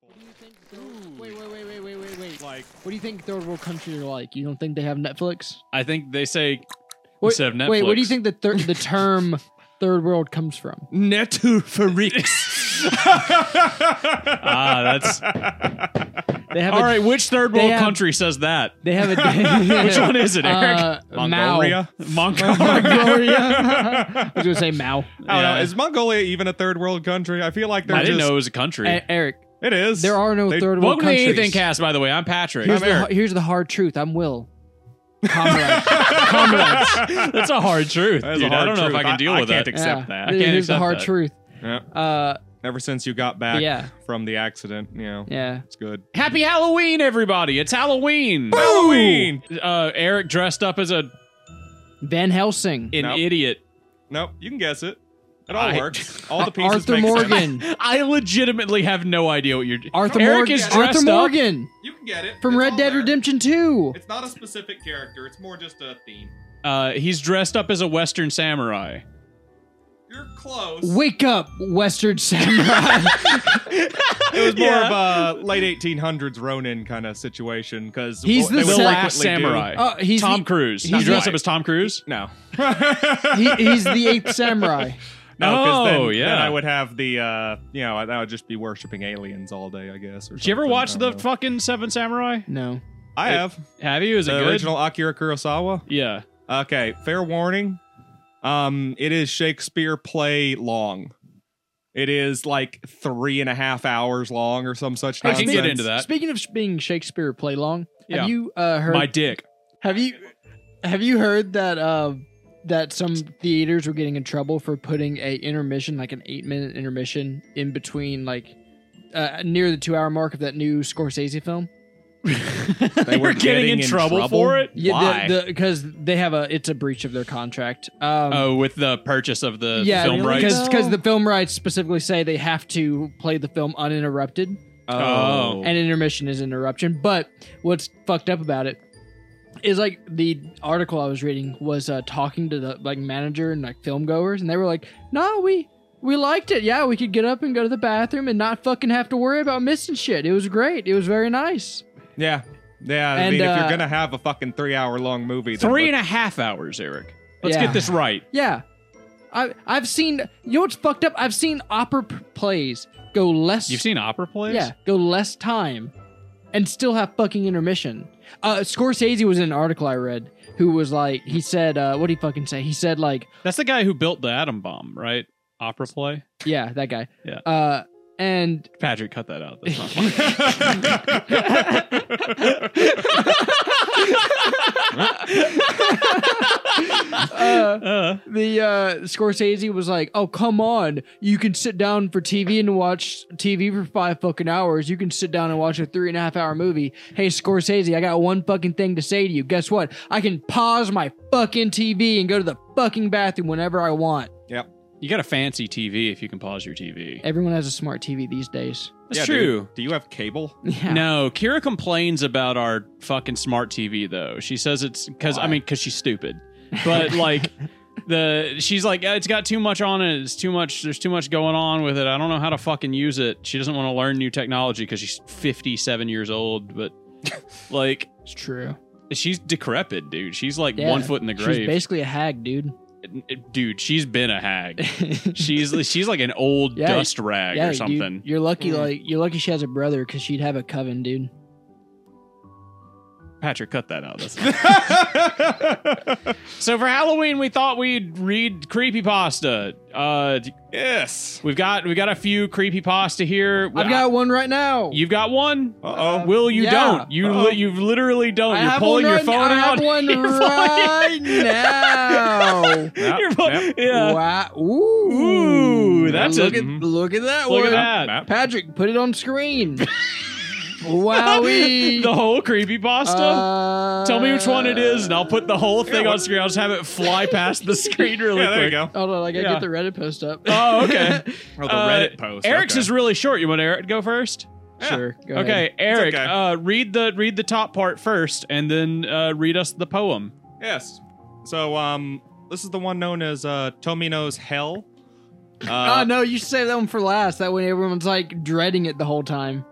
What do you think? third- Wait, wait, wait, wait, wait, wait, wait. Like What do you think third world countries are like? You don't think they have Netflix? I think they say Wait, instead of Netflix. Wait, where do you think the thir- the term third world comes from? Netflix. Ah, that's They have all a, right. Which third world they have- country says that? They have a Which one is it, Eric? Uh, Mongolia. Mongolia. Mao. Mongolia. I was gonna say Mao. I don't Yeah. know. Is Mongolia even a third world country? I feel like they're I didn't just. know it was a country. E- Eric, It is. there are no They- third world Welcome to the countries. Anything Cast, by the way. I'm Patrick. Here's, I'm the, Eric. here's the hard truth. I'm Will. Comrade. Comrades. That's a hard truth, That is a dude. I hard don't know if truth. I can deal I with can't that. accept that. I Here- can't Here's the accept hard that. truth. Yeah. Uh, Ever since you got back Yeah. from the accident, you know, yeah. it's good. Happy Halloween, everybody! It's Halloween. Halloween! Uh, Eric dressed up as a Van Helsing. an Nope. idiot. Nope, you can guess it. It all I- works. All the pieces Arthur make sense. Morgan. I legitimately have no idea what you're. Arthur Eric Morgan. is dressed Arthur up. Morgan You can get it. from It's Red all Dead there. Redemption 2. It's not a specific character. It's more just a theme. Uh, he's dressed up as a Western samurai. You're close. Wake up, Western Samurai. It was more Yeah. of a late 1800s Ronin kind of situation because He's the they would sa- frequently samurai. Oh, he's Tom the- Cruise. He he's dressed the- up as Tom Cruise. Do, no. he, he's the eighth samurai. No, 'cause then, Oh, yeah. Then I would have the, uh, you know, I, I would just be worshiping aliens all day, I guess. Or Did you ever something. watch I the don't know. fucking Seven Samurai? No. I have Have you? Is it the good? original Akira Kurosawa. Yeah. Okay, fair warning. Um, it is Shakespeare play long. It is like three and a half hours long or some such. I can get nonsense. into that. Speaking of sh- being Shakespeare play long, Yeah. have you uh, heard? My dick. have you have you heard that uh, that some theaters were getting in trouble for putting a intermission, like an eight minute intermission, in between, like uh, near the two hour mark of that new Scorsese film? They were You're getting in trouble for it? Why? Because they have a it's a breach of their contract. Um, Oh, with the purchase of Oh, the yeah, film rights. because because the film rights specifically say they have to play the film uninterrupted. Oh. and intermission is interruption. But what's fucked up about it is like the article I was reading was uh, talking to the like manager and like film goers, and they were like, "No, we we liked it. Yeah, we could get up and go to the bathroom and not fucking have to worry about missing shit. It was great. It was very nice." yeah, yeah. I And, mean, if uh, you're gonna have a fucking three hour long movie, then Three let- and a half hours, Eric. Let's Yeah. get this right. Yeah, I I've seen you know what's fucked up. I've seen opera p- plays go less. You've seen opera plays? Yeah, go less time and still have fucking intermission. Uh, Scorsese was in an article I read who was like, he said, uh, what did he fucking say? He said, like, That's the guy who built the atom bomb, right? Opera play? yeah, that guy. Yeah. Uh, and Patrick, cut that out. That's not uh, uh, the uh, Scorsese was like, oh, come on. You can sit down for TV and watch TV for five fucking hours. You can sit down and watch a three and a half hour movie. Hey, Scorsese, I got one fucking thing to say to you. Guess what? I can pause my fucking TV and go to the fucking bathroom whenever I want. you got a fancy TV if you can pause your TV. Everyone has a smart TV these days. That's Yeah, true. dude. Do you have cable? Yeah. No, Kira complains about our fucking smart TV though. She says it's because I Why? mean because she's stupid, but like the she's like "Uh, it's got too much on it. It's too much. There's too much going on with it. I don't know how to fucking use it. She doesn't want to learn new technology because she's 57 years old. But like It's true. she's decrepit, dude. She's like Yeah, one foot in the She's grave, basically a hag, dude. dude. She's been a hag. she's she's like an old Yeah, dust rag yeah, or something. You, are lucky, Mm. like you're lucky she has a brother because she'd have a coven, dude. Patrick, cut that out. That's So for Halloween, we thought we'd read creepypasta. Uh, yes. we've got we got a few creepypasta here. Uh, I've got one right now. You've got one. Uh oh. Will you yeah. don't? You Uh-oh. li- you literally don't. I You're have pulling one your right, phone I out. have one You're pulling- right now. Yep, You're pull- yep. yeah. Wow. Ooh. Ooh, that's look a- at look at that Look one. at that. Yep. Patrick, put it on screen. Wowie. The whole creepypasta. Uh, Tell me which one it is, and I'll put the whole thing Yeah, on screen. I'll just have it fly past the screen really Yeah, there you quick. go. Hold on, I gotta Yeah. get the Reddit post up. Oh, okay. Oh, the Uh, Reddit post. Eric's okay. is really short. You want Eric to go first? Yeah. Sure. Go ahead. Okay, Eric, okay. Uh, read the read the top part first, and then uh, read us the poem. Yes. So um this is the one known as uh Tomino's Hell. Oh Uh, no, you should save that one for last. That way everyone's like dreading it the whole time.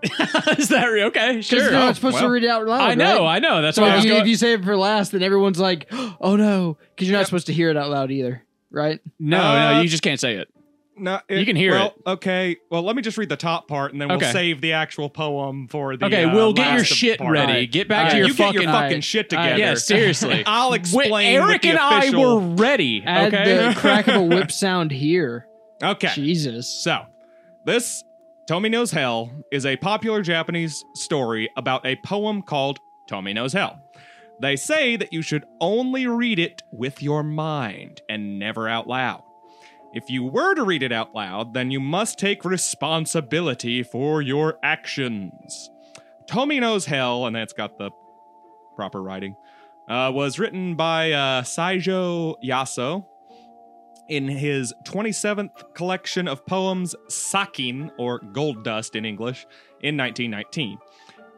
Is that real? Okay, Because sure. they're Oh, not supposed well. to read it out loud. I know, right? I know. That's So why I if was you, going. if you save it for last, then everyone's like, "Oh no," because you're not Yep. supposed to hear it out loud either, right? no, no, Uh, you just can't say it. no, You can hear well, it. Okay. Well, let me just read the top part, and then Okay. we'll save the actual poem for the. Okay, uh, we'll get your last shit part. ready. Alright. Get back Alright. to Yeah, your you fucking. get your fucking Alright. shit Alright. together. yeah, seriously. I'll Wait, explain. what Eric the and I official- were ready. Add Okay. the crack of a whip sound here. okay. Jesus. So, this Tommy Knows Hell is a popular Japanese story about a poem called Tommy Knows Hell. They say that you should only read it with your mind and never out loud. If you were to read it out loud, then you must take responsibility for your actions. Tommy Knows Hell, and that's got the proper writing, uh, was written by uh, Saijo Yaso, in his 27th collection of poems, Sakin, or Gold Dust in English, in 1919.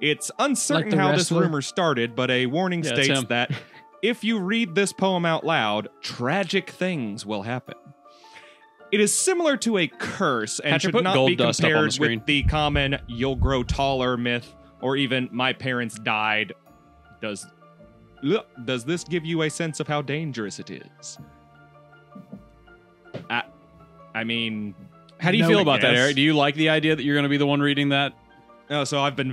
It's uncertain the how this wrestler? rumor started, but a warning Yeah, it's states him. that if you read this poem out loud, tragic things will happen. It is similar to a curse and Hatcher, should put not Gold be Dust up on the compared screen. with the common "you'll grow taller" myth, or even "my parents died." Does look, does this give you a sense of how dangerous it is? I, I mean, How do you No, feel I about that, guess. Eric? Do you like the idea that you're going to be the one reading that? oh, so I've been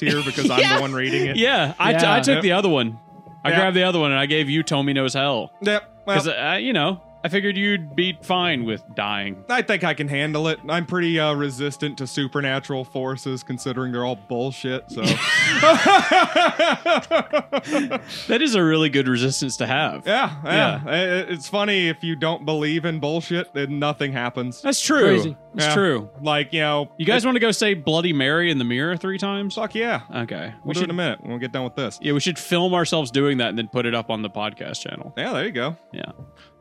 here because I'm the one reading it. Yeah, I t- Yeah. I took the other one. I Yeah. grabbed the other one and I gave you Tommy Knows Hell. Yep. Well, Because, uh, you know, I figured you'd be fine with dying. I think I can handle it. I'm pretty uh, resistant to supernatural forces, considering they're all bullshit. So, yeah, That is a really good resistance to have. yeah, Yeah. I- I- It's funny if you don't believe in bullshit, then nothing happens. That's true. Crazy. It's Yeah. true. Like you know, You guys want to go say Bloody Mary in the mirror three times? fuck yeah. Okay. We'll We do it in should, a minute when we get done with this. yeah, we should film ourselves doing that and then put it up on the podcast channel. Yeah, there you go. Yeah.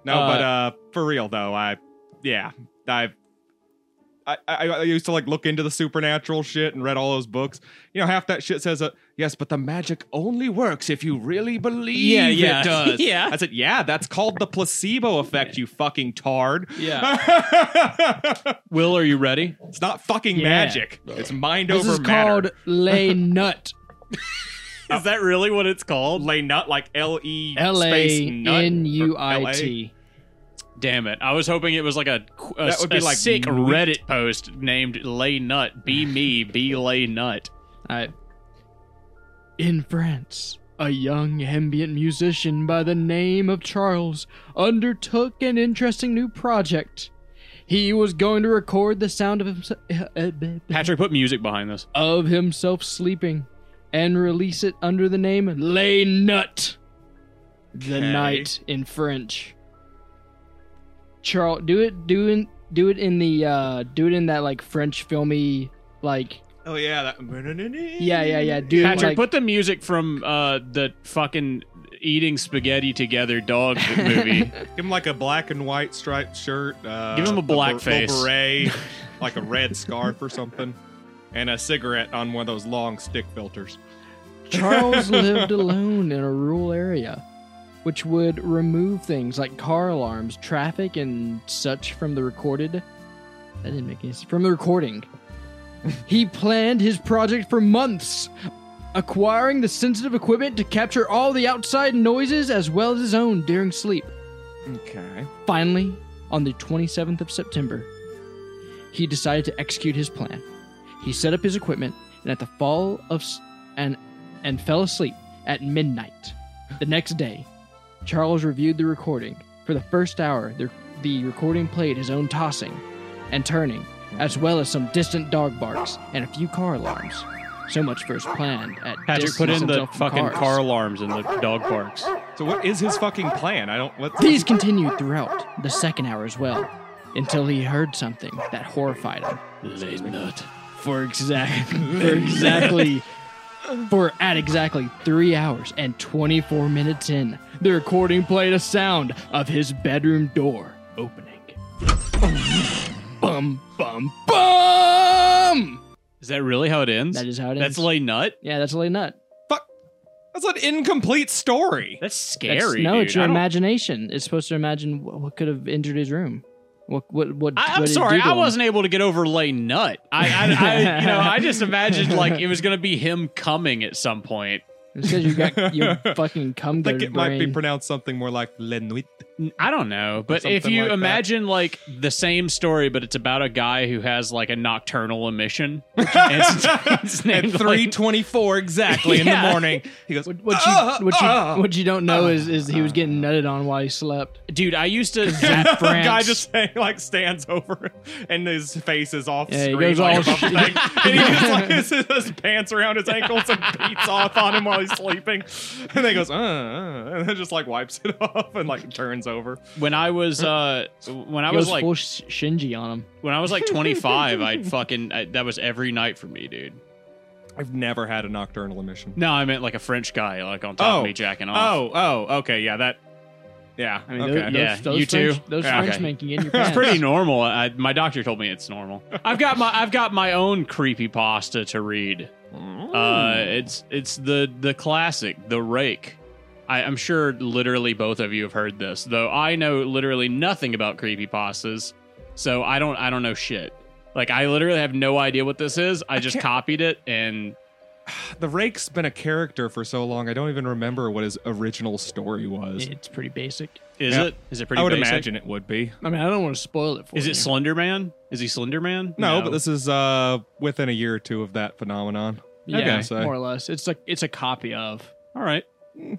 No, Uh, but uh, for real though, I, yeah, I've. I, I, I used to like look into the supernatural shit and read all those books. You know, half that shit says, uh, "Yes, but the magic only works if you really believe Yeah, yeah. it does." Yeah. I said, "Yeah, that's called the placebo effect, you fucking tard." Yeah. it's Will, are you ready? not fucking Yeah. magic. It's mind This over is matter. called lay nut. Is that really what it's called? lay nut, like L E L space a nut, or n u i t. Damn it. I was hoping it was like a, a, That would be a like sick meat. Reddit post named Lay Nut. Be me, be Lay Nut. All right. In France, a young ambient musician by the name of Charles undertook an interesting new project. He was going to record the sound of himself, Patrick, put music behind this. of himself sleeping and release it under the name Lay Nut. The Okay. night in French. Charles, do it, do it, do it in the, uh, do it in that like French filmy, like Oh yeah, that. yeah, yeah, yeah, dude. Patrick, like, put the music from uh, the fucking eating spaghetti together dog movie. Give him like a black and white striped shirt. Uh, Give him a black bur- face. beret, like a red scarf or something, and a cigarette on one of those long stick filters. Charles lived alone in a rural area, which would remove things like car alarms, traffic, and such from the recorded. That didn't make any sense. From the recording. he planned his project for months, acquiring the sensitive equipment to capture all the outside noises as well as his own during sleep. Okay. Finally, on the 27th of September, he decided to execute his plan. He set up his equipment and at the fall of s- and and fell asleep at midnight. The next day, Charles reviewed the recording. For the first hour, the, the recording played his own tossing and turning, as well as some distant dog barks and a few car alarms. So much for his plan at Patrick, put distance in the himself from fucking cars. car alarms and the dog parks. So what is his fucking plan? I don't. What? These continued throughout the second hour as well, until he heard something that horrified him. Lay Nut. For exactly, for exactly, for at exactly three hours and 24 minutes in, the recording played a sound of his bedroom door opening. Bum, bum, bum! Is that really how it ends? That is how it That's ends. Lay Nut? yeah, that's a late nut. Fuck. That's an incomplete story. That's That's- scary. no, dude. it's your I don't- imagination. It's supposed to imagine what, what could have entered his room. What? What? What? I, what I'm did you sorry, do to I him? wasn't able to get over Lay Nut. I, I, I, you know, I just imagined like it was gonna be him coming at some point. It's because you got your fucking cum I think gutter it might be brain. pronounced something more like Le Nuit. I don't know, but if something you like that. imagine like the same story, but it's about a guy who has like a nocturnal emission. And it's, it's At named, like- 324 exactly in the Yeah. morning. He goes, What, what you "Ah, what you ah." what you don't know is is he was getting nutted on while he slept. dude, I used to. Zach the France. guy just like stands over and his face is off Yeah, he screen goes like, all above the thing. and he just like his, his pants around his ankles and beats off on him while he's sleeping and then he goes uh, uh, and then just like wipes it off and like turns over when I was uh when I He was was like full sh- Shinji on him. when I was like 25, I'd fucking I, that was every night for me, dude. I've never had a nocturnal emission No, I meant like a French guy like on top Oh. of me jacking off. oh oh okay yeah that yeah I mean, okay. those, Yeah, those, those you too? French, Those Yeah, okay. Frenchmen can get in your It's pants. pretty normal. I, my doctor told me it's normal. I've got my I've got my own creepy pasta to read. Hmm. Uh, it's it's the the classic, the rake. I, I'm sure literally both of you have heard this, though I know literally nothing about creepypastas, so I don't I don't know shit. Like I literally have no idea what this is. I just can't- copied it and the rake's been a character for so long i don't even remember what his original story was It's pretty basic. is Yeah. it is it pretty i would basic? imagine it would be I mean, I don't want to spoil it for Is you. it Slender Man? Is he Slender Man? no, but this is uh within a year or two of that phenomenon Yeah, Okay. So- more or less. It's like it's a copy of, All right.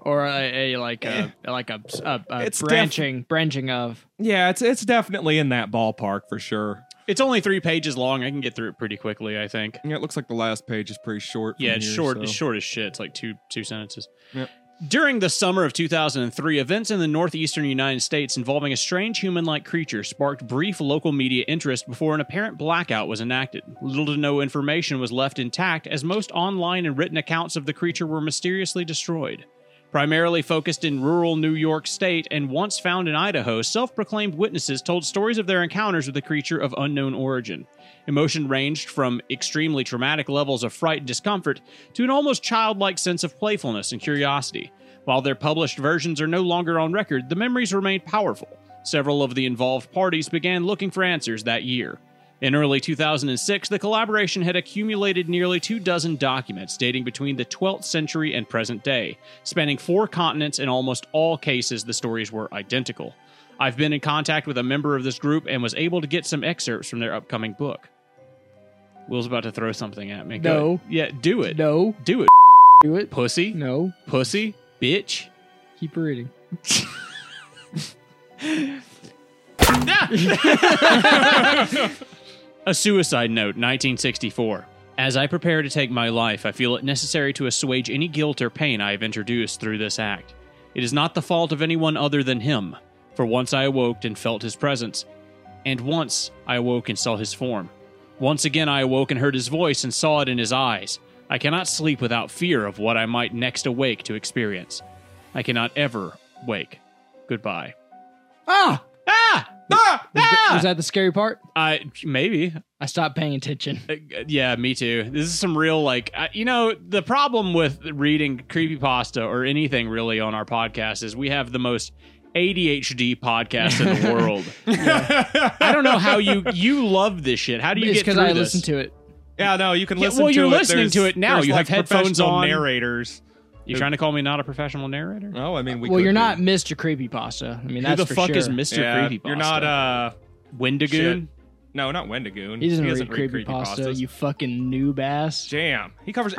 or a, a like a like a, a, a It's def- branching branching of. Yeah, it's it's definitely in that ballpark for sure. It's only three pages long. I can get through it pretty quickly, I think. Yeah, it looks like the last page is pretty short. Yeah, from it's here, short. so- It's short as shit. It's like two two sentences. Yep. During the summer of 2003, events in the northeastern United States involving a strange human-like creature sparked brief local media interest before an apparent blackout was enacted. Little to no information was left intact, as most online and written accounts of the creature were mysteriously destroyed. Primarily focused in rural New York State and once found in Idaho, self proclaimed witnesses told stories of their encounters with a creature of unknown origin. Emotion ranged from extremely traumatic levels of fright and discomfort to an almost childlike sense of playfulness and curiosity. While their published versions are no longer on record, the memories remain powerful. Several of the involved parties began looking for answers that year. In early 2006, the collaboration had accumulated nearly two dozen documents dating between the 12th century and present day, spanning four continents. In almost all cases, the stories were identical. I've been in contact with a member of this group and was able to get some excerpts from their upcoming book. Will's about to throw something at me. Go No. ahead. Yeah, do it. No, Do it, do it. pussy. No, Pussy. Bitch. keep reading. A suicide note, 1964. As I prepare to take my life, I feel it necessary to assuage any guilt or pain I have introduced through this act. It is not the fault of anyone other than him, for once I awoke and felt his presence, and once I awoke and saw his form. Once again I awoke and heard his voice and saw it in his eyes. I cannot sleep without fear of what I might next awake to experience. I cannot ever wake. Goodbye. Ah, Ah! Ah! Ah! was that the scary part? I maybe I stopped paying attention. Uh, yeah, me too. This is some real like uh, you know the problem with reading creepypasta or anything really on our podcast is we have the most ADHD podcast in the world. I don't know how you you love this shit. How do you It's get through because I this? listened to it. Yeah, no, you can Yeah, listen. well, you're to it. listening There's- to it now. there's, You like, have headphones professional on. narrators. You trying to call me not a professional narrator? No, Oh, I mean we. well, could you're be. not Mr. Creepypasta. I mean, Who that's the for fuck sure. is Mister Yeah, Creepypasta? you're not. Uh, Wendigoon. no, not Wendigoon. He doesn't, read, creepy creepypasta, pastas. you fucking noob ass. Jam. He covers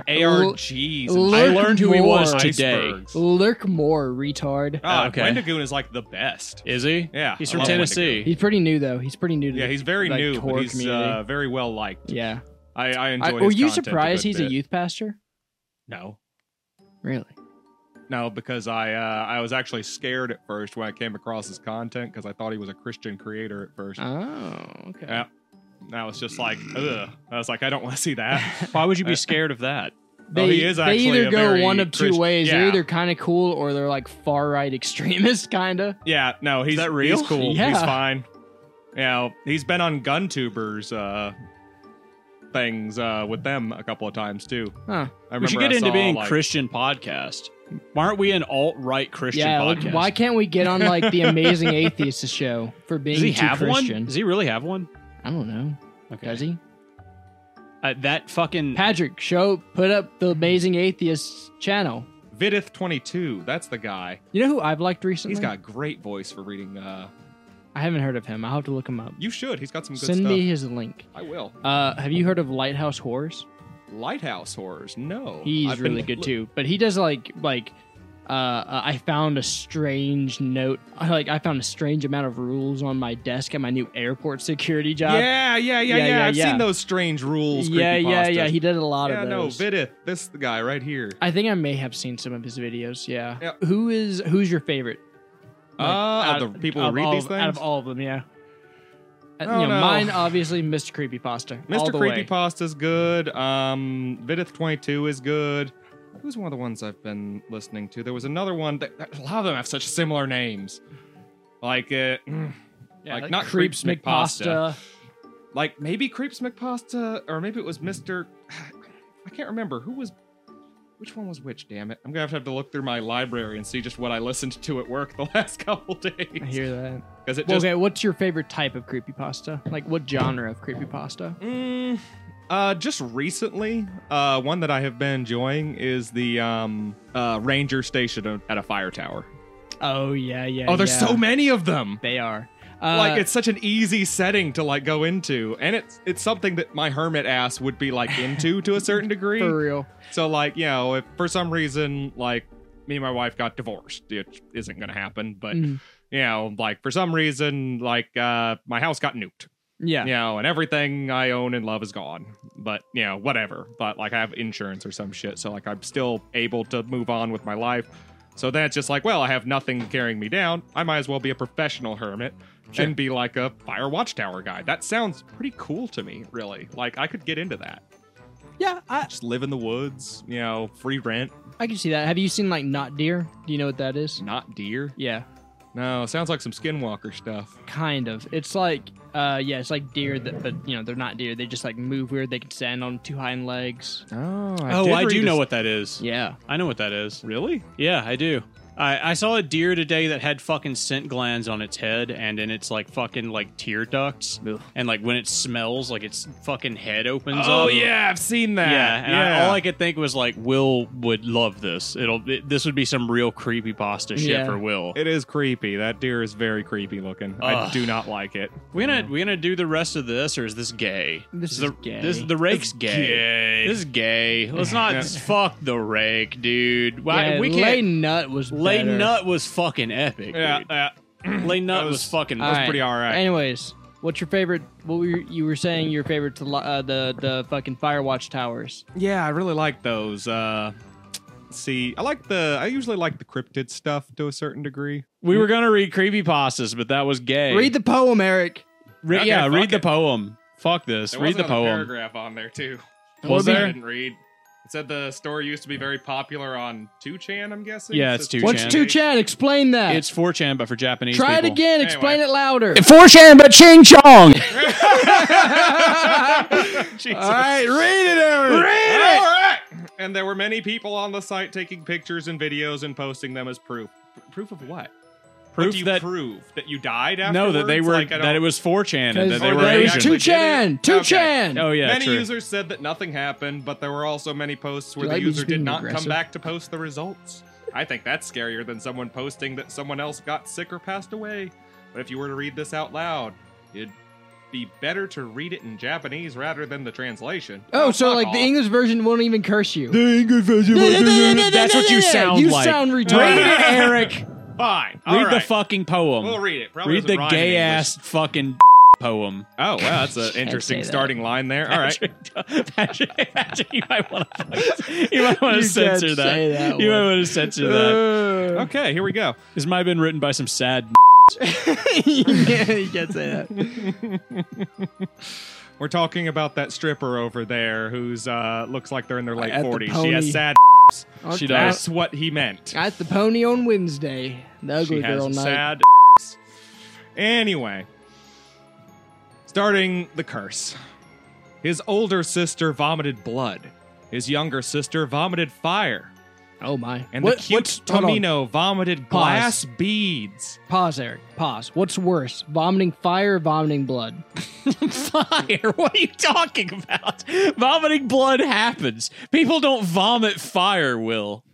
ARGs. and look I learned who he was more. today. icebergs. Lurk more, retard. God, okay. Oh, Wendigoon is like the best. Is he? Yeah, He's I from love Tennessee. He's pretty new though. He's pretty new to Yeah, the- he's very like, new, but horror he's community. uh, very well liked. yeah. I, I I, enjoy. were his you content a surprised good he's a bit. youth pastor? No, Really? No, because I uh, I was actually scared at first when I came across his content because I thought he was a Christian creator at first. Oh, okay. Yeah. And I was just like, ugh. I was like, I don't want to see that. Why would you be scared of that? They, Oh, he is they actually either a go very one of two Christ- ways. They're Yeah. either kind of cool or they're like far right extremist, kind of. yeah, no, he's that real? He's cool. He's Yeah. fine. You know, he's been on GunTubers uh, things uh, with them a couple of times too. Huh. I remember We should get I into saw, being like, Christian podcast. Why aren't we an alt right Christian yeah, like, podcast? why can't we get on like the Amazing Atheists show for being Does he too have one? Christian? Does he really have one? I don't know. Okay. Does he? Uh, that fucking Patrick, show put up the Amazing Atheists channel. Vidith twenty two. That's the guy. You know who I've liked recently? He's got a great voice for reading. Uh, I haven't heard of him. I'll have to look him up. you should. He's got some good Send stuff. me his link. I will. Uh, have you heard of Lighthouse Horrors? Lighthouse horrors. No, He's I've been- really good too. But he does like like uh, uh, I found a strange note. I, Like I found a strange amount of rules on my desk at my new airport security job. Yeah, yeah, yeah, yeah. Yeah, yeah, I've yeah. seen those strange rules. yeah, yeah, creepypastas. yeah, He did a lot yeah, of no, those. Vidith. This is the guy right here. I think I may have seen some of his videos. Yeah. Yep. Who is who's your favorite? Uh, out out of the people who of read all these of- things. Out of all of them, yeah. Uh, Oh, you know, no. Mine obviously, Mr. Creepypasta. all Mr. the way. Creepypasta's good. Um, Vidith 22 is good. Who's one of the ones I've been listening to? There was another one that, that- a lot of them have such similar names. Like uh, mm, Yeah, like, not Creeps Creeps McPasta. like maybe Creeps McPasta, or maybe it was Mr. I can't remember who was which one was which, damn it. I'm gonna have to have to look through my library and see just what I listened to at work the last couple I days. hear that. Because it Well, just okay, what's your favorite type of creepypasta? Like, what genre of creepypasta? Mm, uh, just recently, uh, one that I have been enjoying is the um, uh, ranger station at a fire tower. Oh yeah, yeah. Oh, there's yeah. so many of them. They are. Uh, like it's such an easy setting to like go into, and it's it's something that my hermit ass would be like into to a certain degree. for real. So like you know, if for some reason like me and my wife got divorced, it isn't gonna happen. But Mm. you know, like for some reason, like uh, my house got nuked. Yeah. you know, and everything I own and love is gone. But you know, whatever. But like I have insurance or some shit, so like I'm still able to move on with my life. So then it's just like, well, I have nothing carrying me down. I might as well be a professional hermit Sure. and be like a fire watchtower guy. That sounds pretty cool to me, really. Like I could get into that. Yeah, I, Just live in the woods, you know, free rent, I can see that. Have you seen like Not Deer? Do you know what that is? not deer. Yeah, No, sounds like some skinwalker stuff. kind of. It's like, uh, yeah, it's like deer that, but you know, they're not deer. They just like move weird. They can stand on two hind legs. Oh, oh, I do know what that is. Yeah. I know what that is. Really? Yeah, I do. I, I saw a deer today that had fucking scent glands on its head and in its like fucking like tear ducts. Ugh. And like when it smells, like its fucking head opens Oh up. yeah, I've seen that. Yeah, and I, all I could think was like, Will would love this. It'll it, this would be some real creepy pasta shit Yeah. for Will. It is creepy. That deer is very creepy looking. I Ugh. do not like it. we gonna we gonna do the rest of this, or is this gay? This is the, gay. This the rake's gay. gay. This is gay. Let's not fuck the rake, dude. Why yeah we can't? Lay Nut was Lay better. Nut was fucking epic. Yeah, dude. yeah. Lay Nut That was, was- fucking. All was pretty alright. Anyways, what's your favorite? What were you, you were saying? Your favorite to li- uh, the the fucking Firewatch towers. Yeah, I really like those. Uh let's see, I like the I usually like the cryptid stuff to a certain degree. We were gonna read creepy pastas, but that was gay. Read the poem, Eric. Re- Okay, yeah, fuck read the it. poem. Fuck this. read the poem. paragraph on there too. Was I there? didn't read. It said the story used to be very popular on 2chan, I'm guessing. Yeah, it's 2chan. What's two chan? Explain that. It's 4chan, but for Japanese. Try it people. again. Explain it Anyway. louder. 4chan, but Ching Chong. Jesus. All right, read it, Eric. All right. And there were many people on the site taking pictures and videos and posting them as proof. P- proof of what? what Proof do you that prove that you died no, afterwards? that they were Like, I that don't- it was 4chan and that they Or were they There was Asian. actually two did it? chan. Two Okay. chan. Oh yeah, Many true. users said that nothing happened, but there were also many posts where Dude, the I'd be user just did being not come aggressive. back to post the results. I think that's scarier than someone posting that someone else got sick or passed away. But if you were to read this out loud, it'd be better to read it in Japanese rather than the translation. Oh, so fuck like off. the English version won't even curse you. That's what you sound You like. sound Read retarded. it, Eric. Fine. Read the All right. fucking poem. We'll read it. Probably read doesn't the rhyme in gay English. ass fucking poem. Oh, wow, that's an say interesting that. starting line there. All right. Patrick, Patrick, Patrick, you might want to, you might want You to can't censor that. say that You might one. want to censor that. Uh. Okay, here we go. This might have been written by some sad. yeah, you can't say that. We're talking about that stripper over there who's uh looks like they're in their late At the 40s. she pony. has sad She Okay. does. That's what he meant. At the pony on Wednesday, the ugly She has girl night. sad Anyway, starting the curse. His older sister vomited blood. His younger sister vomited fire. Oh my! And What- the cute what's- hold on. Tomino vomited glass beads. Pause, Eric. Pause. What's worse, vomiting fire, or vomiting blood? fire. What are you talking about? Vomiting blood happens. People don't vomit fire, Will.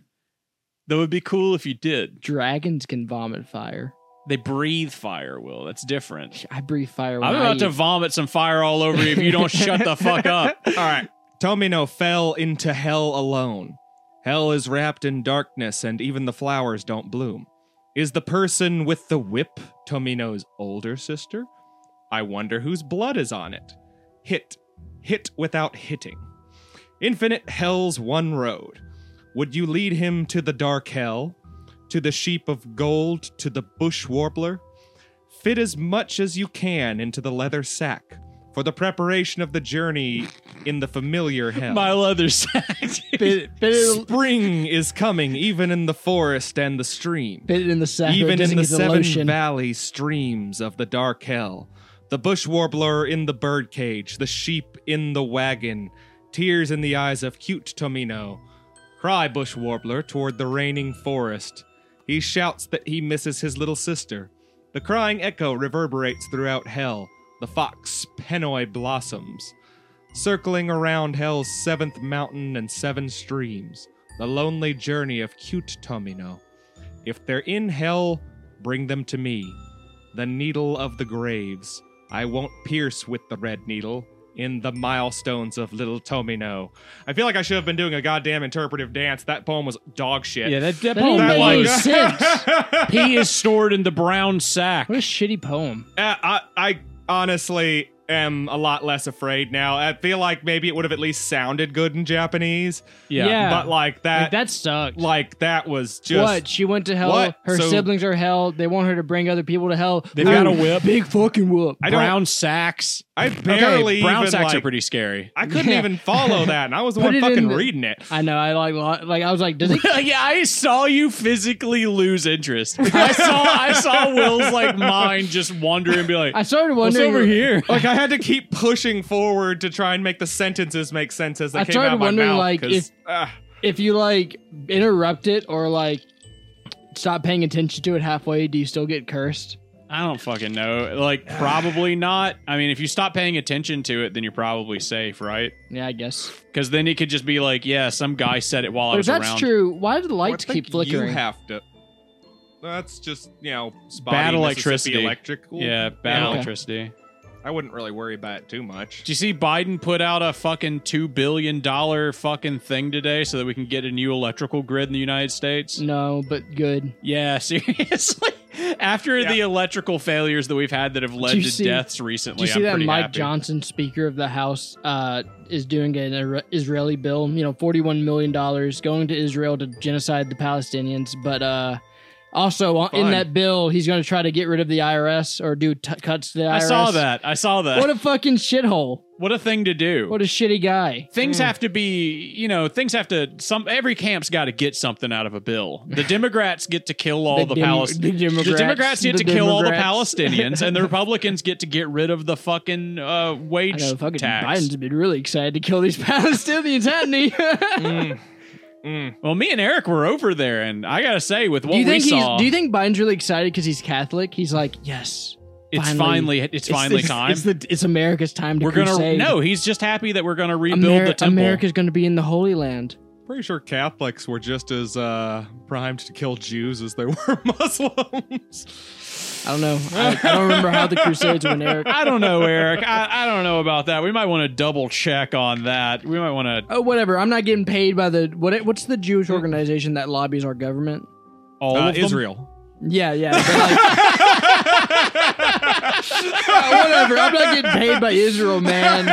That would be cool if you did. Dragons can vomit fire. They breathe fire, Will. That's different. I breathe fire. When I'm I about to eat. vomit some fire all over you if you don't shut the fuck up. All right. Tomino fell into hell alone. Hell is wrapped in darkness, and even the flowers don't bloom. Is the person with the whip Tomino's older sister? I wonder whose blood is on it. Hit. Hit without hitting. Infinite hell's one road. Would you lead him to the dark hell? To the sheep of gold? To the bush warbler? Fit as much as you can into the leather sack for the preparation of the journey in the familiar hell. My leather sack. Bit it- bit it, Spring is coming, even in the forest and the stream, bit it in the sack. so it even in doesn't the get the seven lotion. valley streams of the dark hell. The bush warbler in the birdcage, the sheep in the wagon, tears in the eyes of cute Tomino. Cry, bush warbler, toward the raining forest. He shouts that he misses his little sister. The crying echo reverberates throughout hell. The fox Pennoi blossoms. Circling around hell's seventh mountain and seven streams, the lonely journey of cute Tomino. If they're in hell, bring them to me. The needle of the graves. I won't pierce with the red needle in the milestones of little Tomino. I feel like I should have been doing a goddamn interpretive dance. That poem was dog shit. Yeah, that, that That didn't poem make any blows. sense. Pee is stored in the brown sack. What a shitty poem. Uh, I, I honestly am a lot less afraid now. I feel like maybe it would have at least sounded good in Japanese. Yeah. Yeah. But like that, like that sucked. like that was just what? She went to hell. What? Her So- siblings are hell. They want her to bring other people to hell. They've Ooh, got a whip. Big fucking whoop. I don't- brown sacks. I barely okay, brown even, sacks like, are pretty scary. I couldn't Yeah. even follow that, and I was the Put one it fucking in the- reading it. I know. I like. Like I was like, does it? yeah, I saw you physically lose interest. I saw I saw Will's like mind just wander and be like, I started "What's wondering over here?" Like I had to keep pushing forward to try and make the sentences make sense as they I came started out of my wondering, mouth. like, 'cause, if- ah. if you like interrupt it or like stop paying attention to it halfway. Do you still get cursed? I don't fucking know. Like probably not. I mean, if you stop paying attention to it, then you're probably safe, right? Yeah, I guess. Because then it could just be like, "Yeah, some guy said it while I But if was Oh, that's around." true, why do the I lights think keep flickering? You have to. That's just you know spotty Bad Mississippi electricity. Electrical. Yeah, bad Yeah. electricity. I wouldn't really worry about it too much. Did you see Biden put out a fucking two billion dollar fucking thing today so that we can get a new electrical grid in the United States? no, but good. Yeah, seriously. After Yeah. the electrical failures that we've had that have led you to see- deaths Do recently, you see I'm that pretty Mike happy. Johnson, Speaker of the House, uh, is doing an Ira- Israeli bill? You know, forty-one million dollars going to Israel to genocide the Palestinians, but uh, also on- in Fun. that bill, he's going to try to get rid of the IRS or do t- cuts to the IRS. I saw that. I saw that. What What a, a fucking shithole! thing to do. What a shitty guy. things have to be, you know, things have to. Some every camp's got to get something out of a bill. The Democrats get to kill all the, Dem- Palestinians. the Democrats, the Democrats get the to kill all the Democrats. Palestinians, and the Republicans get to get rid of the fucking uh, I wage know fucking tax. Biden's been really excited to kill these Palestinians, hasn't he? Mm. Well, me and Eric were over there, and I gotta say, with what do you we think saw, he's? Do you think Biden's really excited because he's Catholic? He's like, yes, it's finally- finally, it's finally it's, time. It's, the, it's America's time to we're gonna crusade. no. He's just happy that we're gonna rebuild Ameri- the temple. America's going to be in the Holy Land. Pretty sure Catholics were just as uh, primed to kill Jews as they were Muslims. I don't know. I, I don't remember how the Crusades went, Eric. I don't know, Eric. I, I don't know about that. We might want to double check on that. We might want to Oh, whatever. I'm not getting paid by the what? What's the Hmm. Jewish organization that lobbies our government? all Uh, of them- Israel. Yeah, yeah. but like- Uh, whatever. I'm not getting paid by Israel, man.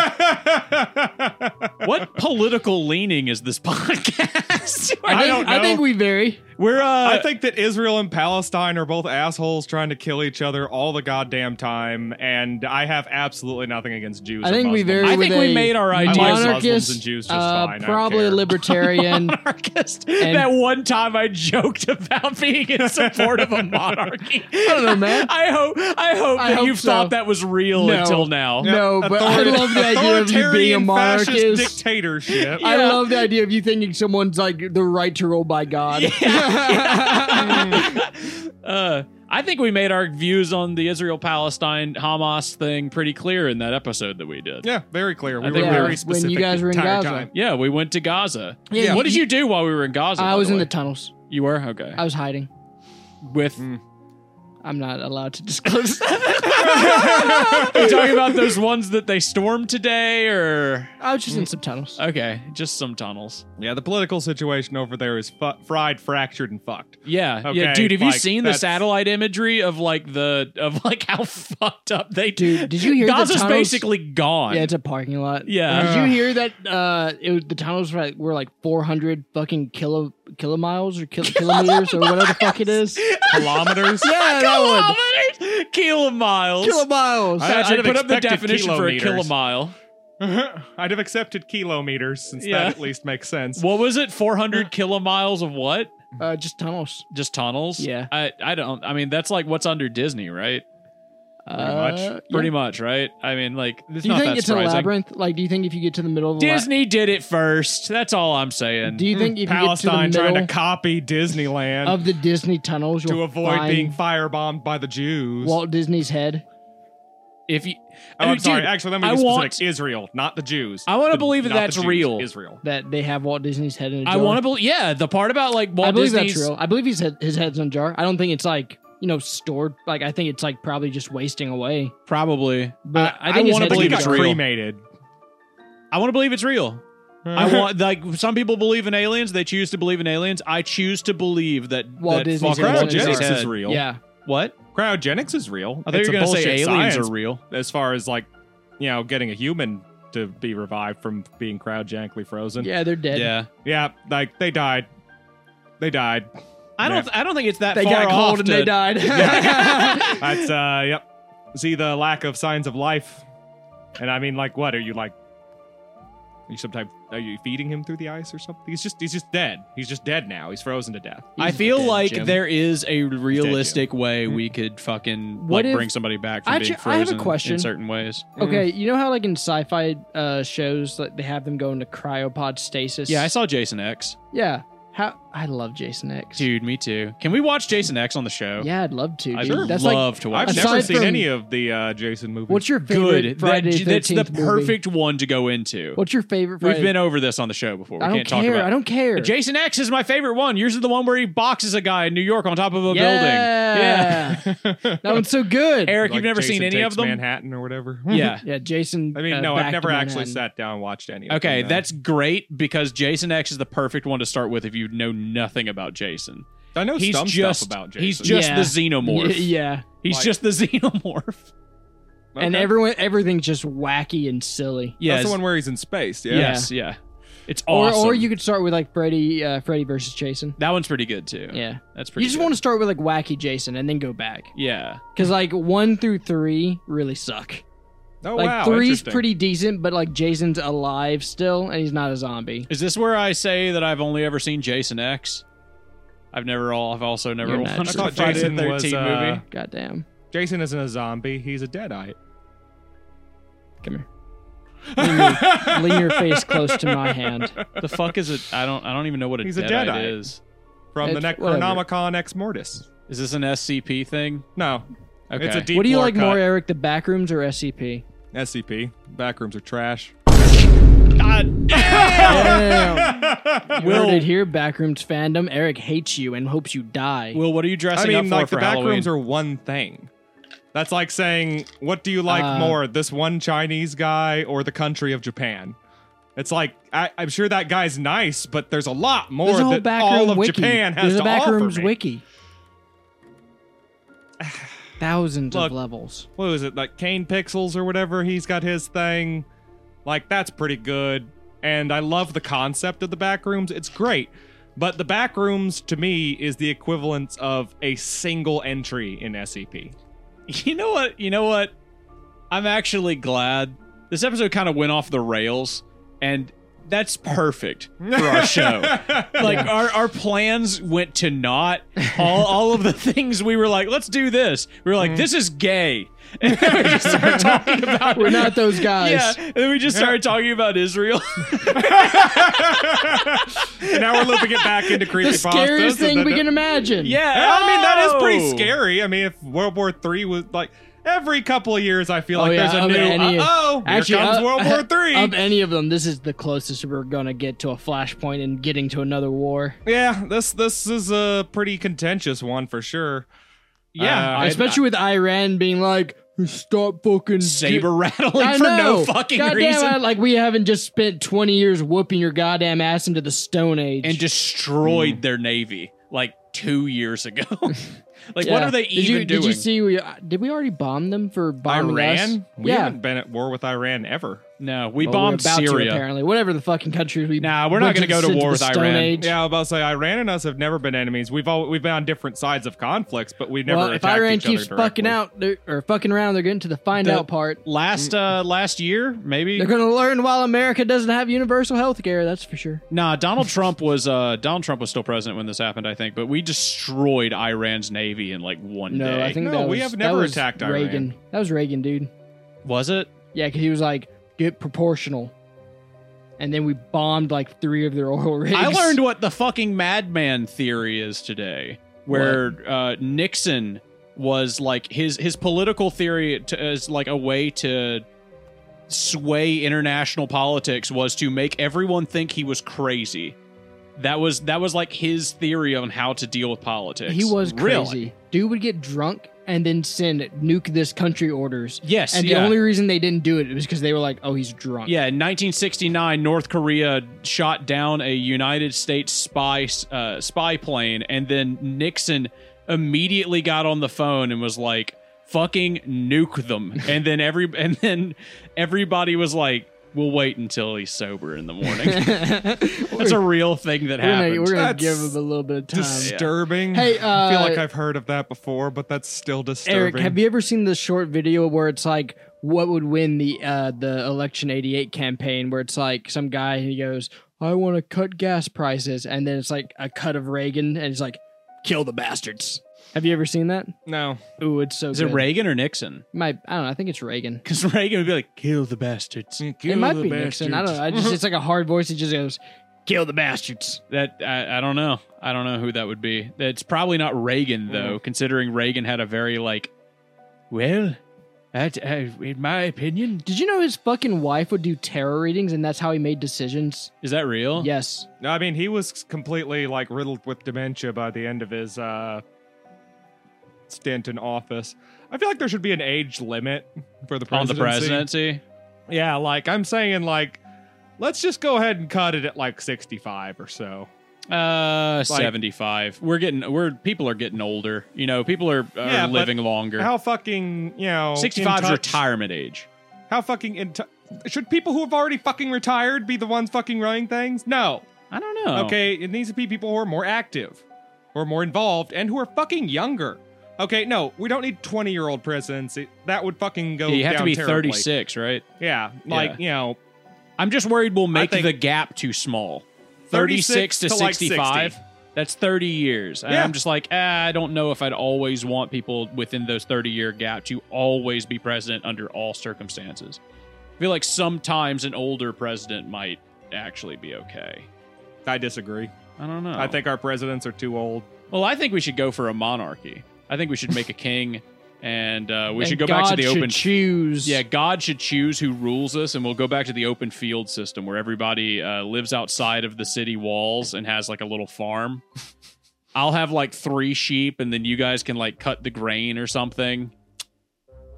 What political leaning is this podcast? I, think, don't know. I think we vary. We're uh, I think that Israel and Palestine are both assholes trying to kill each other all the goddamn time, and I have absolutely nothing against Jews. I or think we Muslims. vary. I with think we a made our ideas. Monarchist, Muslims and Jews just uh, fine, I don't probably a care. libertarian. monarchist. And- that one time I joked about being in support of a monarchy. I don't know, man. I hope I hope I that hope you've so. thought that was real No. until now. No. but I Authori- love the idea of you being a authoritarian fascist monarchist. dictatorship. I Yeah. love the idea of you thinking someone's like the right to rule by God. Uh, I think we made our views on the Israel Palestine Hamas thing pretty clear in that episode that we did. yeah, very clear. We I were think we were- very when specific. you guys the were in entire Gaza. time. Yeah, we went to Gaza. Yeah, What did you- you do while we were in Gaza? I by was in way? the tunnels. You were okay I Mm. was hiding. with. I'm not allowed to disclose. you talking about those ones that they stormed today, or I was just in some tunnels. okay, just some tunnels. Yeah, the political situation over there is fu- fried, fractured, and fucked. Yeah, Okay, yeah, dude. Have you like, seen the that's- satellite imagery of like the of like how fucked up they? Dude, did you hear the Gaza's tunnels? basically gone. Yeah, it's a parking lot. Did Yeah. you hear that? Uh, it was, the tunnels were like, were like 400 fucking kilo kilomiles or kil- kilometers or whatever the fuck it is. Kilometers. Yeah, that kilometers, kilomiles. one. Kilomiles. I, I'd I have put up the expected definition for a kilometers. kilomile. I'd have accepted kilometers since Yeah. that at least makes sense. What was it? Four hundred kilomiles of what? Uh, just tunnels. Just tunnels. Yeah. I I don't. I mean, that's like what's under Disney, right? Pretty much. Pretty much, right? I mean, like it's Uh, Do you not think that it's surprising. a labyrinth? Like, do you think if you get to the middle of the la- Disney Mm. did it first. That's all I'm saying. do you think if you get to Palestine the trying middle to copy Disneyland of the Disney tunnels, you'll to avoid find being firebombed by the Jews. Walt Disney's head? if you, oh, I'm Dude, sorry. Actually, let me be I specific. want- Israel, not the Jews. I wanna The- believe that not the that's Jews, real. Israel. That they have Walt Disney's head in a jar. I want to believe. Yeah, the part about like Walt I believe Disney's. that's real. I believe his head, his head's in a jar. I don't think it's like you know stored. Like I think it's like probably just wasting away. Probably, But I, I I don't think want to his head's believe in a it's jar. real. cremated. I want to believe it's real. I want like some people believe in aliens. They choose to believe in aliens. I choose to believe that Walt that Disney's fucker aliens Walt are Disney's real. Cryogenics head. is real. Yeah, What? Cryogenics is real. I thought It's you a were gonna say bullshit aliens science are real. as far as like you know getting a human to be revived from being cryogenically frozen yeah, they're dead. Yeah. Yeah, like they died they died I don't. I don't think it's that they far got off. cold and to- they died. that's uh yep see the lack of signs of life and i mean like what are you like are you sometimes are you feeding him through the ice or something he's just he's just dead he's just dead now he's frozen to death I feel dead, like Jim. there is a realistic way we could fucking What like if- bring somebody back from being Actually, I have a frozen question. in certain ways. okay, you know how like in sci-fi uh, shows, like they have them go into cryopod stasis. Yeah, I saw Jason X. Yeah, how I love Jason X. Dude, me too. Can we watch Jason X on the show? Yeah, I'd love to. I'd Dude. sure That's like, love to watch. i've it. Aside never seen from- any of the uh jason movies what's your favorite good. That, Friday the that's the 13th movie? perfect one to go into. What's your favorite? We've Friday? been over this on the show before. We I don't can't care. talk about. I don't care. Jason X is my favorite one. Yours is the one where he boxes a guy in New York on top of a building. Yeah. yeah, that one's so good. Eric, Like you've never Jason seen any Takes of them? manhattan or whatever Yeah. Yeah, Jason. i mean uh, no i've Back to never actually Manhattan. sat down and watched any of Okay, them, though. that's great because Jason X is the perfect one to start with if you know nothing about Jason. i know He's some just stuff about jason he's just Yeah. the xenomorph. Y- yeah, He's Like- just the xenomorph. and Okay. everyone, everything's just wacky and silly. Yes. That's the one where he's in space. Yeah. Yes, yeah. It's awesome. Or, or you could start with like Freddy, uh, Freddy versus Jason. that one's pretty good too. Yeah, That's pretty you just good. want to start with like wacky Jason and then go back Yeah. because like one through three really suck. Oh like wow. three's interesting. pretty decent, but like Jason's alive still and he's not a zombie. Is this where I say that I've only ever seen Jason X? I've never all I've also never You're not watched I thought the Friday Jason the 13th was, movie. uh, Goddamn. Jason isn't a zombie. He's a deadite. Come here. Lean your, lean your face close to my hand. the fuck is it? I don't I don't even know what a He's a deadite Deadite. is. From the It's- Necronomicon Ex Mortis. Is this an SCP thing? No. Okay. It's a deep what do you lore like cut. more, Eric, the backrooms or SCP? SCP. Backrooms are trash. God Damn. You Will- heard it here, backrooms fandom. Eric hates you and hopes you die. Will, what are you I dressing up mean, for like for the backrooms Halloween? are one thing. That's like saying, what do you like Uh, more, this one Chinese guy or the country of Japan? It's like I, I'm sure that guy's nice, but there's a lot more There's a whole that backroom all of wiki. Japan has There's to a backrooms offer me. wiki. Thousands Look. of levels. what was it like Kane Pixels or whatever he's got his thing like that's pretty good and I love the concept of the backrooms it's great but the backrooms to me is the equivalence of a single entry in E SCP You know what? You know what? I'm actually glad this episode kind of went off the rails, and that's perfect for our show. like our, our plans went to naught. All, all of the things we were like, let's do this. We were like, this is gay. And we just started talking about We're not those guys. yeah, and then we just started talking about Israel. now we're looping it back into creepy The scariest thing we can imagine. yeah, I mean, that is pretty oh. scary. I mean, if World War Three was like every couple of years, I feel Oh, like yeah, there's a of new. any- oh, here Actually, comes uh, World War Three. Of any of them, this is the closest we're gonna get to a flashpoint and getting to another war. yeah, this this is a pretty contentious one for sure. Yeah, Uh, I- Especially with Iran being like, stop fucking saber rattling I for know. no fucking Goddamn, reason. I- like we haven't just spent 20 years whooping your goddamn ass into the Stone Age. and Hmm. destroyed their navy like two years ago. like, Yeah. what are they did even you, doing? Did you see? We uh, did we already bomb them for bombing us? Iran? We yeah, haven't been at war with Iran ever. no, we Well, Oh, we're bombed about to, Syria. apparently. Whatever the fucking countries we. Nah, we're not went gonna go to since war the with Stone Iran. Age. Yeah, I was about to say Iran and us have never been enemies. We've all we've been on different sides of conflicts, but we've never. well, if attacked Iran each other keeps fucking directly. out they're- or fucking around, they're getting to the find The- out part. Last uh, last year, maybe. They're gonna learn while America doesn't have universal health care. That's for sure. Nah, Donald Trump was uh, Donald Trump was still president when this happened, I think. But we destroyed Iran's navy in like one No, day. I think No, that we was- have that never was attacked Iran. Reagan. That was Reagan, dude. was it? Yeah, because he was like, get proportional. And then we bombed like three of their oil rigs. I learned what the fucking madman theory is today, where uh, Nixon was like his his political theory to, is like a way to sway international politics was to make everyone think he was crazy. That was that was like his theory on how to deal with politics. he was Really? crazy. Dude would get drunk and then send nuke this country orders. Yes, And yeah. the only reason they didn't do it was because they were like, oh, he's drunk. Yeah, in 1969, North Korea shot down a United States spy uh, spy plane, and then Nixon immediately got on the phone and was like, "Fucking nuke them!" And then every and then everybody was like, "We'll wait until he's sober in the morning." That's That's a real thing that we're gonna, happened. we're gonna That's give him a little bit of time. Disturbing. Hey, I feel like uh, I've heard of that before, but that's still disturbing. Eric, have you ever seen the short video where it's like, what would win the uh, the election '88 campaign? Where it's like some guy he goes, "I want to cut gas prices," and then it's like a cut of Reagan, and it's like, "Kill the bastards." Have you ever seen that? No. Ooh, it's so. Is good. it Reagan or Nixon? My, I don't know. I think it's Reagan. Because Reagan would be like, "Kill the bastards." Mm, it might be Nixon. I don't know. I just it's like a hard voice. He just goes, "Kill the bastards." That I, I don't know. I don't know who that would be. It's probably not Reagan though, Mm. considering Reagan had a very like, well, that, uh, in my opinion, Did you know his fucking wife would do terror readings, and that's how he made decisions? is that real? Yes. No, I mean he was completely like riddled with dementia by the end of his uh stint in office. I feel like there should be an age limit for the on the presidency. presidency. Yeah, like I'm saying, like let's just go ahead and cut it at like 65 or so. Uh, seventy-five. We're getting. We're people are getting older. You know, people are, are Yeah, but living longer. How fucking you know? in Sixty-five is touch- retirement age. How fucking in t- should people who have already fucking retired be the ones fucking running things? No. I don't know. Okay, it needs to be people who are more active, who are more involved, and who are fucking younger. Okay, no, we don't need 20 year old presidency. That would fucking go. Yeah, you have to down be terribly. thirty-six, right? Yeah, like Yeah. you know, I'm just worried we'll make think- the gap too small. 36 36 to to, like, 65. 60. That's 30 years. And Yeah. I'm just like, ah, I don't know if I'd always want people within those 30 year gap to always be president under all circumstances. I feel like sometimes an older president might actually be okay. I disagree. I don't know. I think our presidents are too old. Well, I think we should go for a monarchy. I think we should make a king and uh, we And should go back to God the should open Choose. yeah, God should choose who rules us, and we'll go back to the open field system where everybody uh, lives outside of the city walls and has like a little farm. I'll have like three sheep, and then you guys can like cut the grain or something,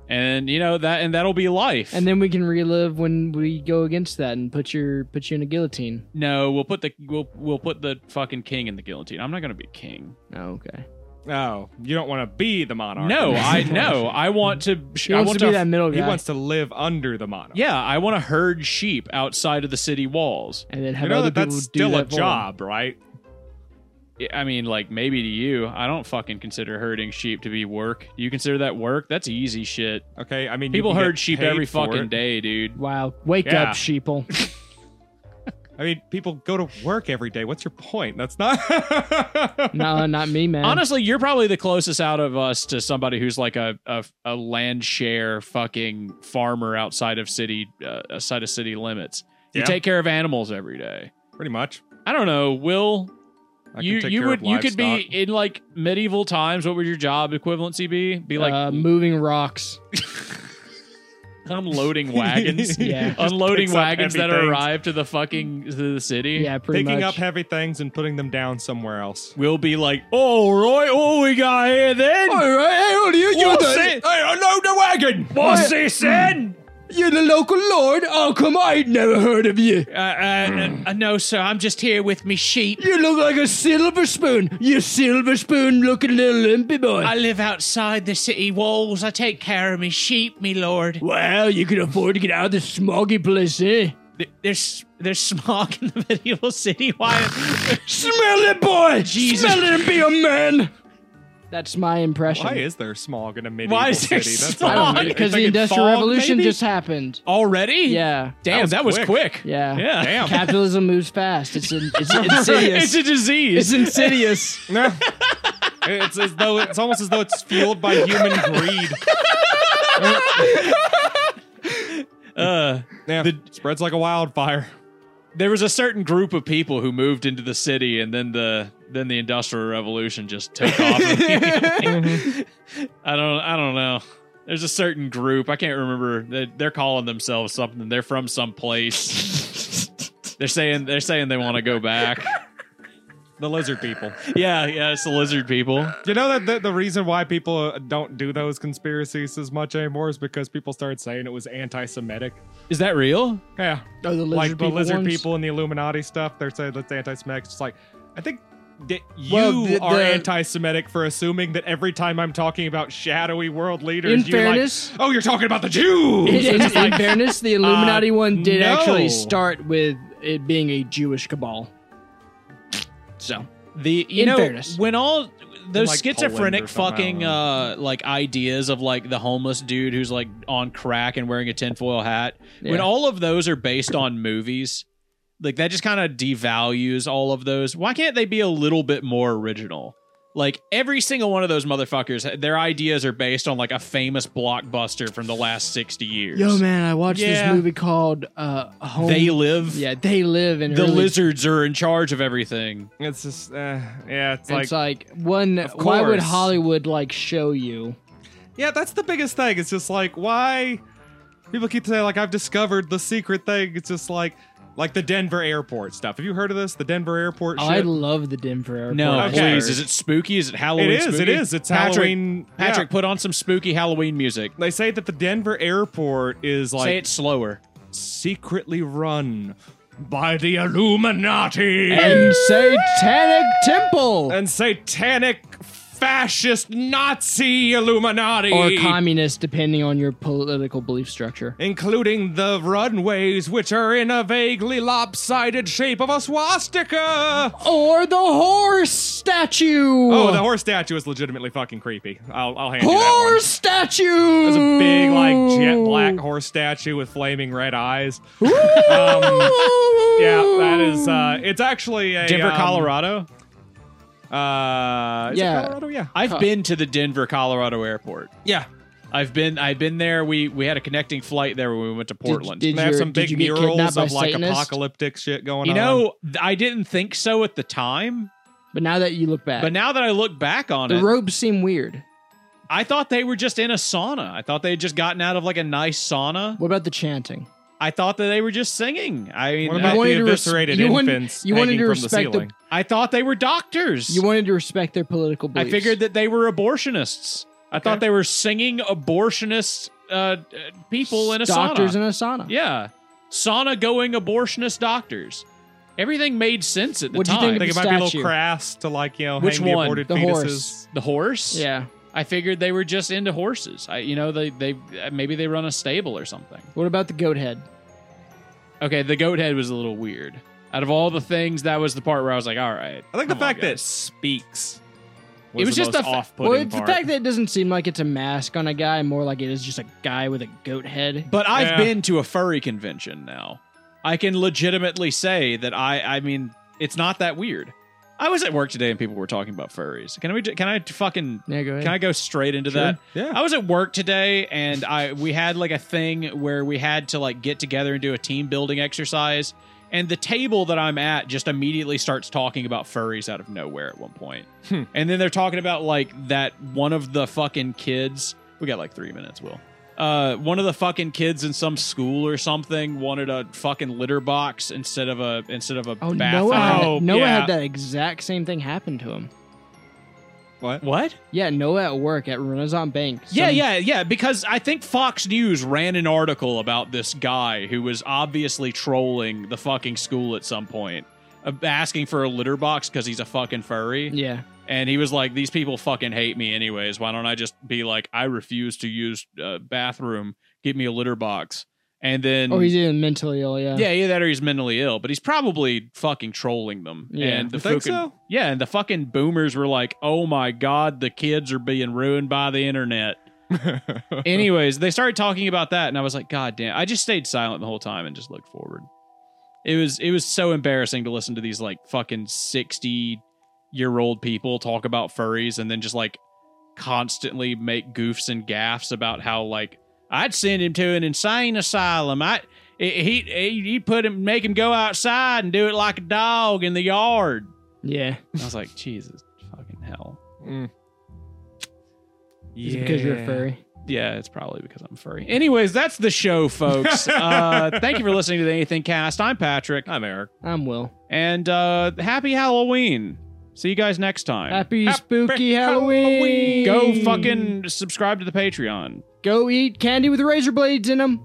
and you know that, and that'll be life. And then we can relive when we go against that and put your put you in a guillotine. no, we'll put the we'll we'll put the fucking king in the guillotine. I'm not gonna be king. Oh, okay. Oh, you don't want to be the monarch. No, I no, I want to. He I wants want to be that middle guy. He wants to live under the monarch. Yeah, I want to herd sheep outside of the city walls. and then have you know other that that's people do still that a for him. job, right? Yeah, I mean, like maybe to you, I don't fucking consider herding sheep to be work. You consider that work? That's easy shit. Okay, I mean you People can get herd sheep paid every for fucking it. day, dude. Wow. Wake Yeah. up, sheeple. I mean, people go to work every day. What's your point? That's not. no, not me, man. Honestly, you're probably the closest out of us to somebody who's like a a, a land share fucking farmer outside of city uh, outside of city limits. You Yeah. take care of animals every day. Pretty much. I don't know, Will. I you can take you care would of you could be livestock. in like medieval times. What would your job equivalency be? Be like uh, moving rocks. unloading wagons, Yeah. Just unloading picks up wagons heavy that things. arrive to the fucking to the city. Yeah, pretty picking up much. heavy things and putting them down somewhere else. We'll be like, oh, Roy, what we got here then? Oh, right, what are you What's it? unload the wagon. What's this then? You're the local lord. Oh, come on, I ain't never heard of you. Uh, uh, uh, no, sir, I'm just here with me sheep. You look like a silver spoon. You silver spoon looking little limpy boy. I live outside the city walls. I take care of me sheep, me lord. well, you can afford to get out of this smoggy place, eh? Th- There's there's smog in the medieval city. Why? Smell it, boy! Jesus. Smell it and be a man! That's my impression. Why is there smog in a medieval Why is there city? I smog? don't all. know, You're because the thinking Industrial fog, Revolution maybe? just happened. Already? Yeah. Damn, that was, quick. quick. Yeah. Yeah. Damn. Capitalism moves fast. It's, in, it's insidious. It's a it's disease. insidious. No. it's as though it's almost as though it's fueled by human greed. uh, Yeah, spreads like a wildfire. there was a certain group of people who moved into the city, and then the then the industrial revolution just took off. I don't I don't know. There's a certain group I can't remember. They, they're calling themselves something. They're from some place. they're saying they're saying they want to go back. The lizard people. Yeah, yeah, it's the lizard people. You know that the, the reason why people uh, don't do those conspiracies as much anymore is because people started saying it was anti-Semitic. Is that real? Yeah, Oh, the lizard like the people lizard ones? people and the Illuminati stuff. They're saying that's anti-Semitic. It's like I think that you Well, the- are the- anti-Semitic for assuming that every time I'm talking about shadowy world leaders, In you're like, fairness- oh, you're talking about the Jews. In, in fairness, the Illuminati one did no. actually start with it being a Jewish cabal. So The you In know fairness. when all those Like Poland schizophrenic or something, I don't fucking uh like ideas of like the homeless dude who's like on crack and wearing a tinfoil hat when Yeah. all of those are based on movies like that just kind of devalues all of those why can't they be a little bit more original like every single one of those motherfuckers their ideas are based on like a famous blockbuster from the last 60 years Yo, man, I watched Yeah. this movie called uh, Home. they live yeah, they live in the really- lizards are in charge of everything It's just, uh, yeah, it's like It's like, one. Of Why would course. Hollywood like show you? Yeah, that's the biggest thing. It's just like why people keep saying like I've discovered the secret thing. It's just like like the Denver airport stuff. Have you heard of this? The Denver airport Oh, I shit. love the Denver airport. No, I Okay. please. swear. Is it spooky? Is it Halloween? it is. It spooky? is. It's Patrick, Halloween. Patrick, yeah. put on some spooky Halloween music. They say that the Denver airport is Say like it slower. secretly run by the Illuminati And Satanic Temple and satanic fascist Nazi Illuminati or communist, depending on your political belief structure. including the runways, which are in a vaguely lopsided shape of a swastika. Or the horse statue. Oh, the horse statue is legitimately fucking creepy. I'll, I'll hand you that one. horse statue. It's a big, like, jet black horse statue with flaming red eyes. um, yeah, that is. Uh, it's actually a Denver, um, Colorado. Uh, is it Yeah. Colorado? Yeah, I've been to the Denver, Colorado airport. yeah. I've been. I've been there. We we had a connecting flight there when we went to Portland. did- They have your- some did big you get murals kidnapped by of like Satanists? apocalyptic shit going you on. um, know, th- I didn't think so at the time, But now that you look back, but now that I look back on the it, robes seem weird. I thought they were just in a sauna. I thought they had just gotten out of like a nice sauna. What about the chanting? I thought that they were just singing. I mean, what I- about wanted the to res- eviscerated you wanted- infants you wanted hanging to from the respect the- ceiling? I thought they were doctors. You wanted to respect their political I beliefs. figured that they were abortionists. I Okay. thought they were singing abortionist uh, uh, people in a doctors sauna. in a sauna. yeah, sauna going abortionist doctors. Everything made sense at the What'd you time. think I think it the might be a little statue. crass to like you know Which hang one? the aborted The fetuses. horse. the horse. Yeah. I figured they were just into horses. I, you know, they they uh, maybe they run a stable or something. What about the goat head? Okay, the goat head was a little weird. Out of all the things, that was the part where I was like, all right. I think the Oh, come on, fact that it guys. speaks. was the most off Well, it's the fact that it doesn't seem like it's a mask on a guy, more like it is just a guy with a goat head. But I've Yeah. been to a furry convention now. I can legitimately say that I I mean it's not that weird. I was at work today and people were talking about furries. Can we ju- can I fucking Yeah, go ahead. can I go straight into Sure. that? Yeah. I was at work today and I we had like a thing where we had to like get together and do a team building exercise and the table that I'm at just immediately starts talking about furries out of nowhere at one point. And then they're talking about like that one of the fucking kids. We got like 3 minutes, Will. Uh, one of the fucking kids in some school or something wanted a fucking litter box instead of a instead of a oh, bath. Noah, Oh, had, Noah yeah. had that exact same thing happen to him. What? Yeah, Noah at work at Renaissance Bank. Yeah, Some- yeah, yeah. Because I think Fox News ran an article about this guy who was obviously trolling the fucking school at some point, uh, asking for a litter box because he's a fucking furry. Yeah. And he was like, "These people fucking hate me, anyways. Why don't I just be like, I refuse to use uh, bathroom. Give me a litter box." And then, Oh, he's uh, even mentally ill. Yeah. yeah, either that or he's mentally ill, but he's probably fucking trolling them. Yeah. And the You think fucking, so? yeah, and the fucking boomers were like, "Oh my god, the kids are being ruined by the internet." Anyways, they started talking about that, and I was like, "God damn!" I just stayed silent the whole time and just looked forward. It was it was so embarrassing to listen to these like fucking sixty year old people talk about furries and then just like constantly make goofs and gaffs about how like I'd send him to an insane asylum. I he he he put him make him go outside and do it like a dog in the yard. Yeah. I was like, Jesus fucking hell. Mm. Is it Because you're a furry. Yeah, it's probably because I'm furry. Anyways, that's the show, folks. uh, thank you for listening to the Anything Cast. I'm Patrick, I'm Eric. I'm Will. and uh, happy Halloween. See you guys next time. Happy, Happy spooky Halloween. Go fucking subscribe to the Patreon. Go eat candy with razor blades in them.